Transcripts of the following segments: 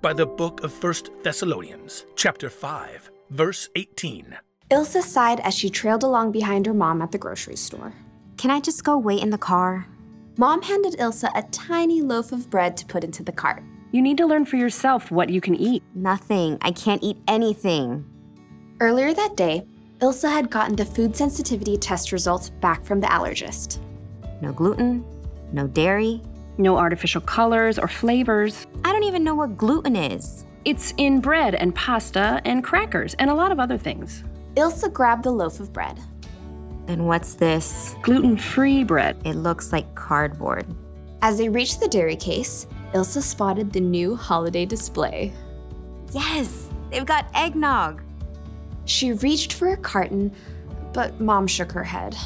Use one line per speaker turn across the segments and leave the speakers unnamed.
by the book of 1 Thessalonians, chapter 5, verse 18.
Ilsa sighed as she trailed along behind her mom at the grocery store.
Can I just go wait in the car?
Mom handed Ilsa a tiny loaf of bread to put into the cart.
You need to learn for yourself what you can eat.
Nothing. I can't eat anything.
Earlier that day, Ilsa had gotten the food sensitivity test results back from the allergist.
No gluten, no dairy.
No artificial colors or flavors.
I don't even know what gluten is.
It's in bread and pasta and crackers and a lot of other things.
Ilsa grabbed the loaf of bread.
Then what's this?
Gluten free bread.
It looks like cardboard.
As they reached the dairy case, Ilsa spotted the new holiday display.
Yes, they've got eggnog.
She reached for a carton, but Mom shook her head.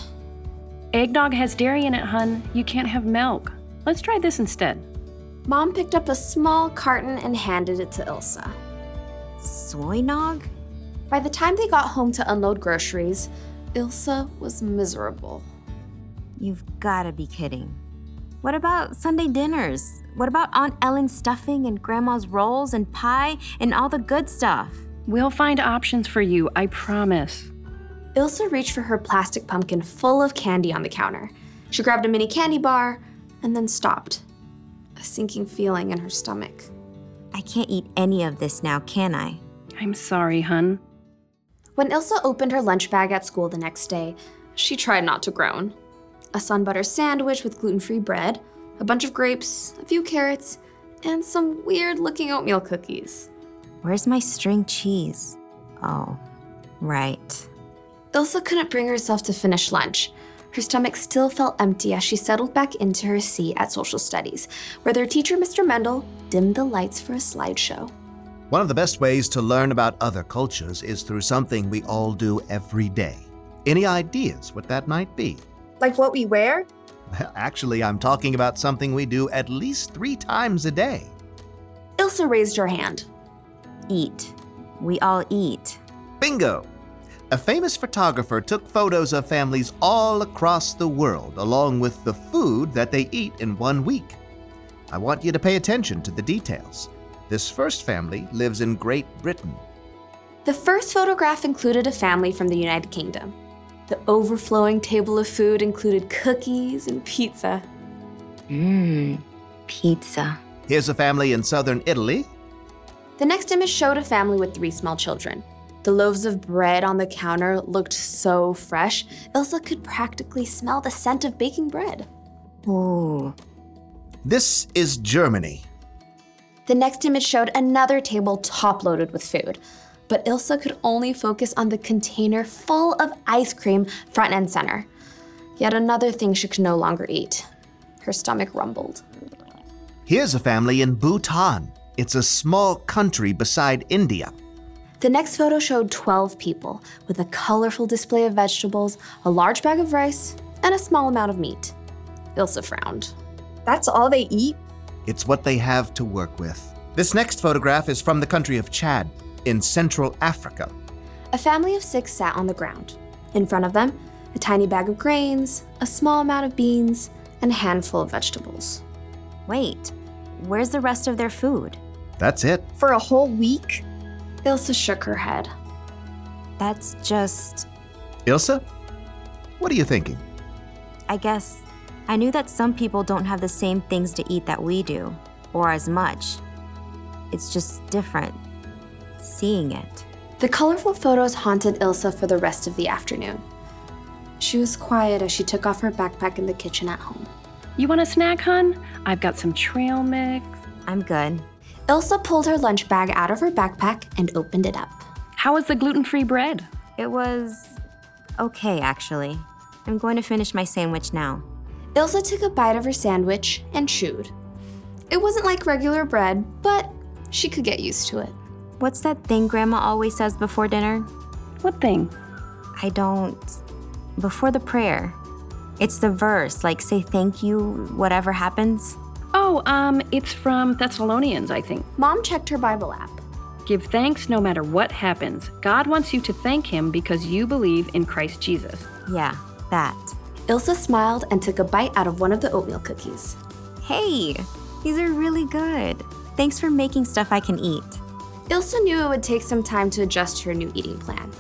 Eggnog has dairy in it, hun. You can't have milk. Let's try this instead.
Mom picked up a small carton and handed it to Ilsa.
Soy nog?
By the time they got home to unload groceries, Ilsa was miserable.
You've gotta be kidding. What about Sunday dinners? What about Aunt Ellen's stuffing and Grandma's rolls and pie and all the good stuff?
We'll find options for you, I promise.
Ilsa reached for her plastic pumpkin full of candy on the counter. She grabbed a mini candy bar and then stopped, a sinking feeling in her stomach.
I can't eat any of this now, can I?
I'm sorry, hun.
When Ilsa opened her lunch bag at school the next day, she tried not to groan. A sun butter sandwich with gluten free bread, a bunch of grapes, a few carrots, and some weird looking oatmeal cookies.
Where's my string cheese? Oh, right.
Ilsa couldn't bring herself to finish lunch. Her stomach still felt empty as she settled back into her seat at social studies, where their teacher, Mr. Mendel, dimmed the lights for a slideshow.
One of the best ways to learn about other cultures is through something we all do every day. Any ideas what that might be?
Like what we wear?
Actually, I'm talking about something we do at least three times a day.
Ilsa raised her hand.
Eat. We all eat.
Bingo! A famous photographer took photos of families all across the world, along with the food that they eat in one week. I want you to pay attention to the details. This first family lives in Great Britain.
The first photograph included a family from the United Kingdom. The overflowing table of food included cookies and pizza.
Mmm, pizza.
Here's a family in southern Italy.
The next image showed a family with three small children. The loaves of bread on the counter looked so fresh, Ilsa could practically smell the scent of baking bread.
Ooh.
This is Germany.
The next image showed another table top loaded with food, but Ilsa could only focus on the container full of ice cream front and center. Yet another thing she could no longer eat. Her stomach rumbled.
Here's a family in Bhutan. It's a small country beside India.
The next photo showed 12 people with a colorful display of vegetables, a large bag of rice, and a small amount of meat. Ilsa frowned.
That's all they eat?
It's what they have to work with. This next photograph is from the country of Chad in Central Africa.
A family of six sat on the ground. In front of them, a tiny bag of grains, a small amount of beans, and a handful of vegetables.
Wait, where's the rest of their food?
That's it.
For a whole week?
Ilsa shook her head.
That's just.
Ilsa, what are you thinking?
I guess I knew that some people don't have the same things to eat that we do, or as much. It's just different. Seeing it.
The colorful photos haunted Ilsa for the rest of the afternoon. She was quiet as she took off her backpack in the kitchen at home.
You want a snack, hun? I've got some trail mix.
I'm good.
Ilsa pulled her lunch bag out of her backpack and opened it up.
How was the gluten free bread?
It was. okay, actually. I'm going to finish my sandwich now.
Ilsa took a bite of her sandwich and chewed. It wasn't like regular bread, but she could get used to it.
What's that thing Grandma always says before dinner?
What thing?
I don't. Before the prayer. It's the verse, like say thank you, whatever happens.
Oh, um, it's from Thessalonians, I think.
Mom checked her Bible app.
Give thanks no matter what happens. God wants you to thank Him because you believe in Christ Jesus.
Yeah, that.
Ilsa smiled and took a bite out of one of the oatmeal cookies.
Hey, these are really good. Thanks for making stuff I can eat.
Ilsa knew it would take some time to adjust to her new eating plan,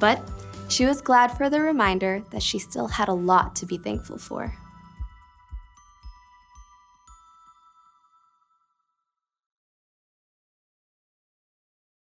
but she was glad for the reminder that she still had a lot to be thankful for.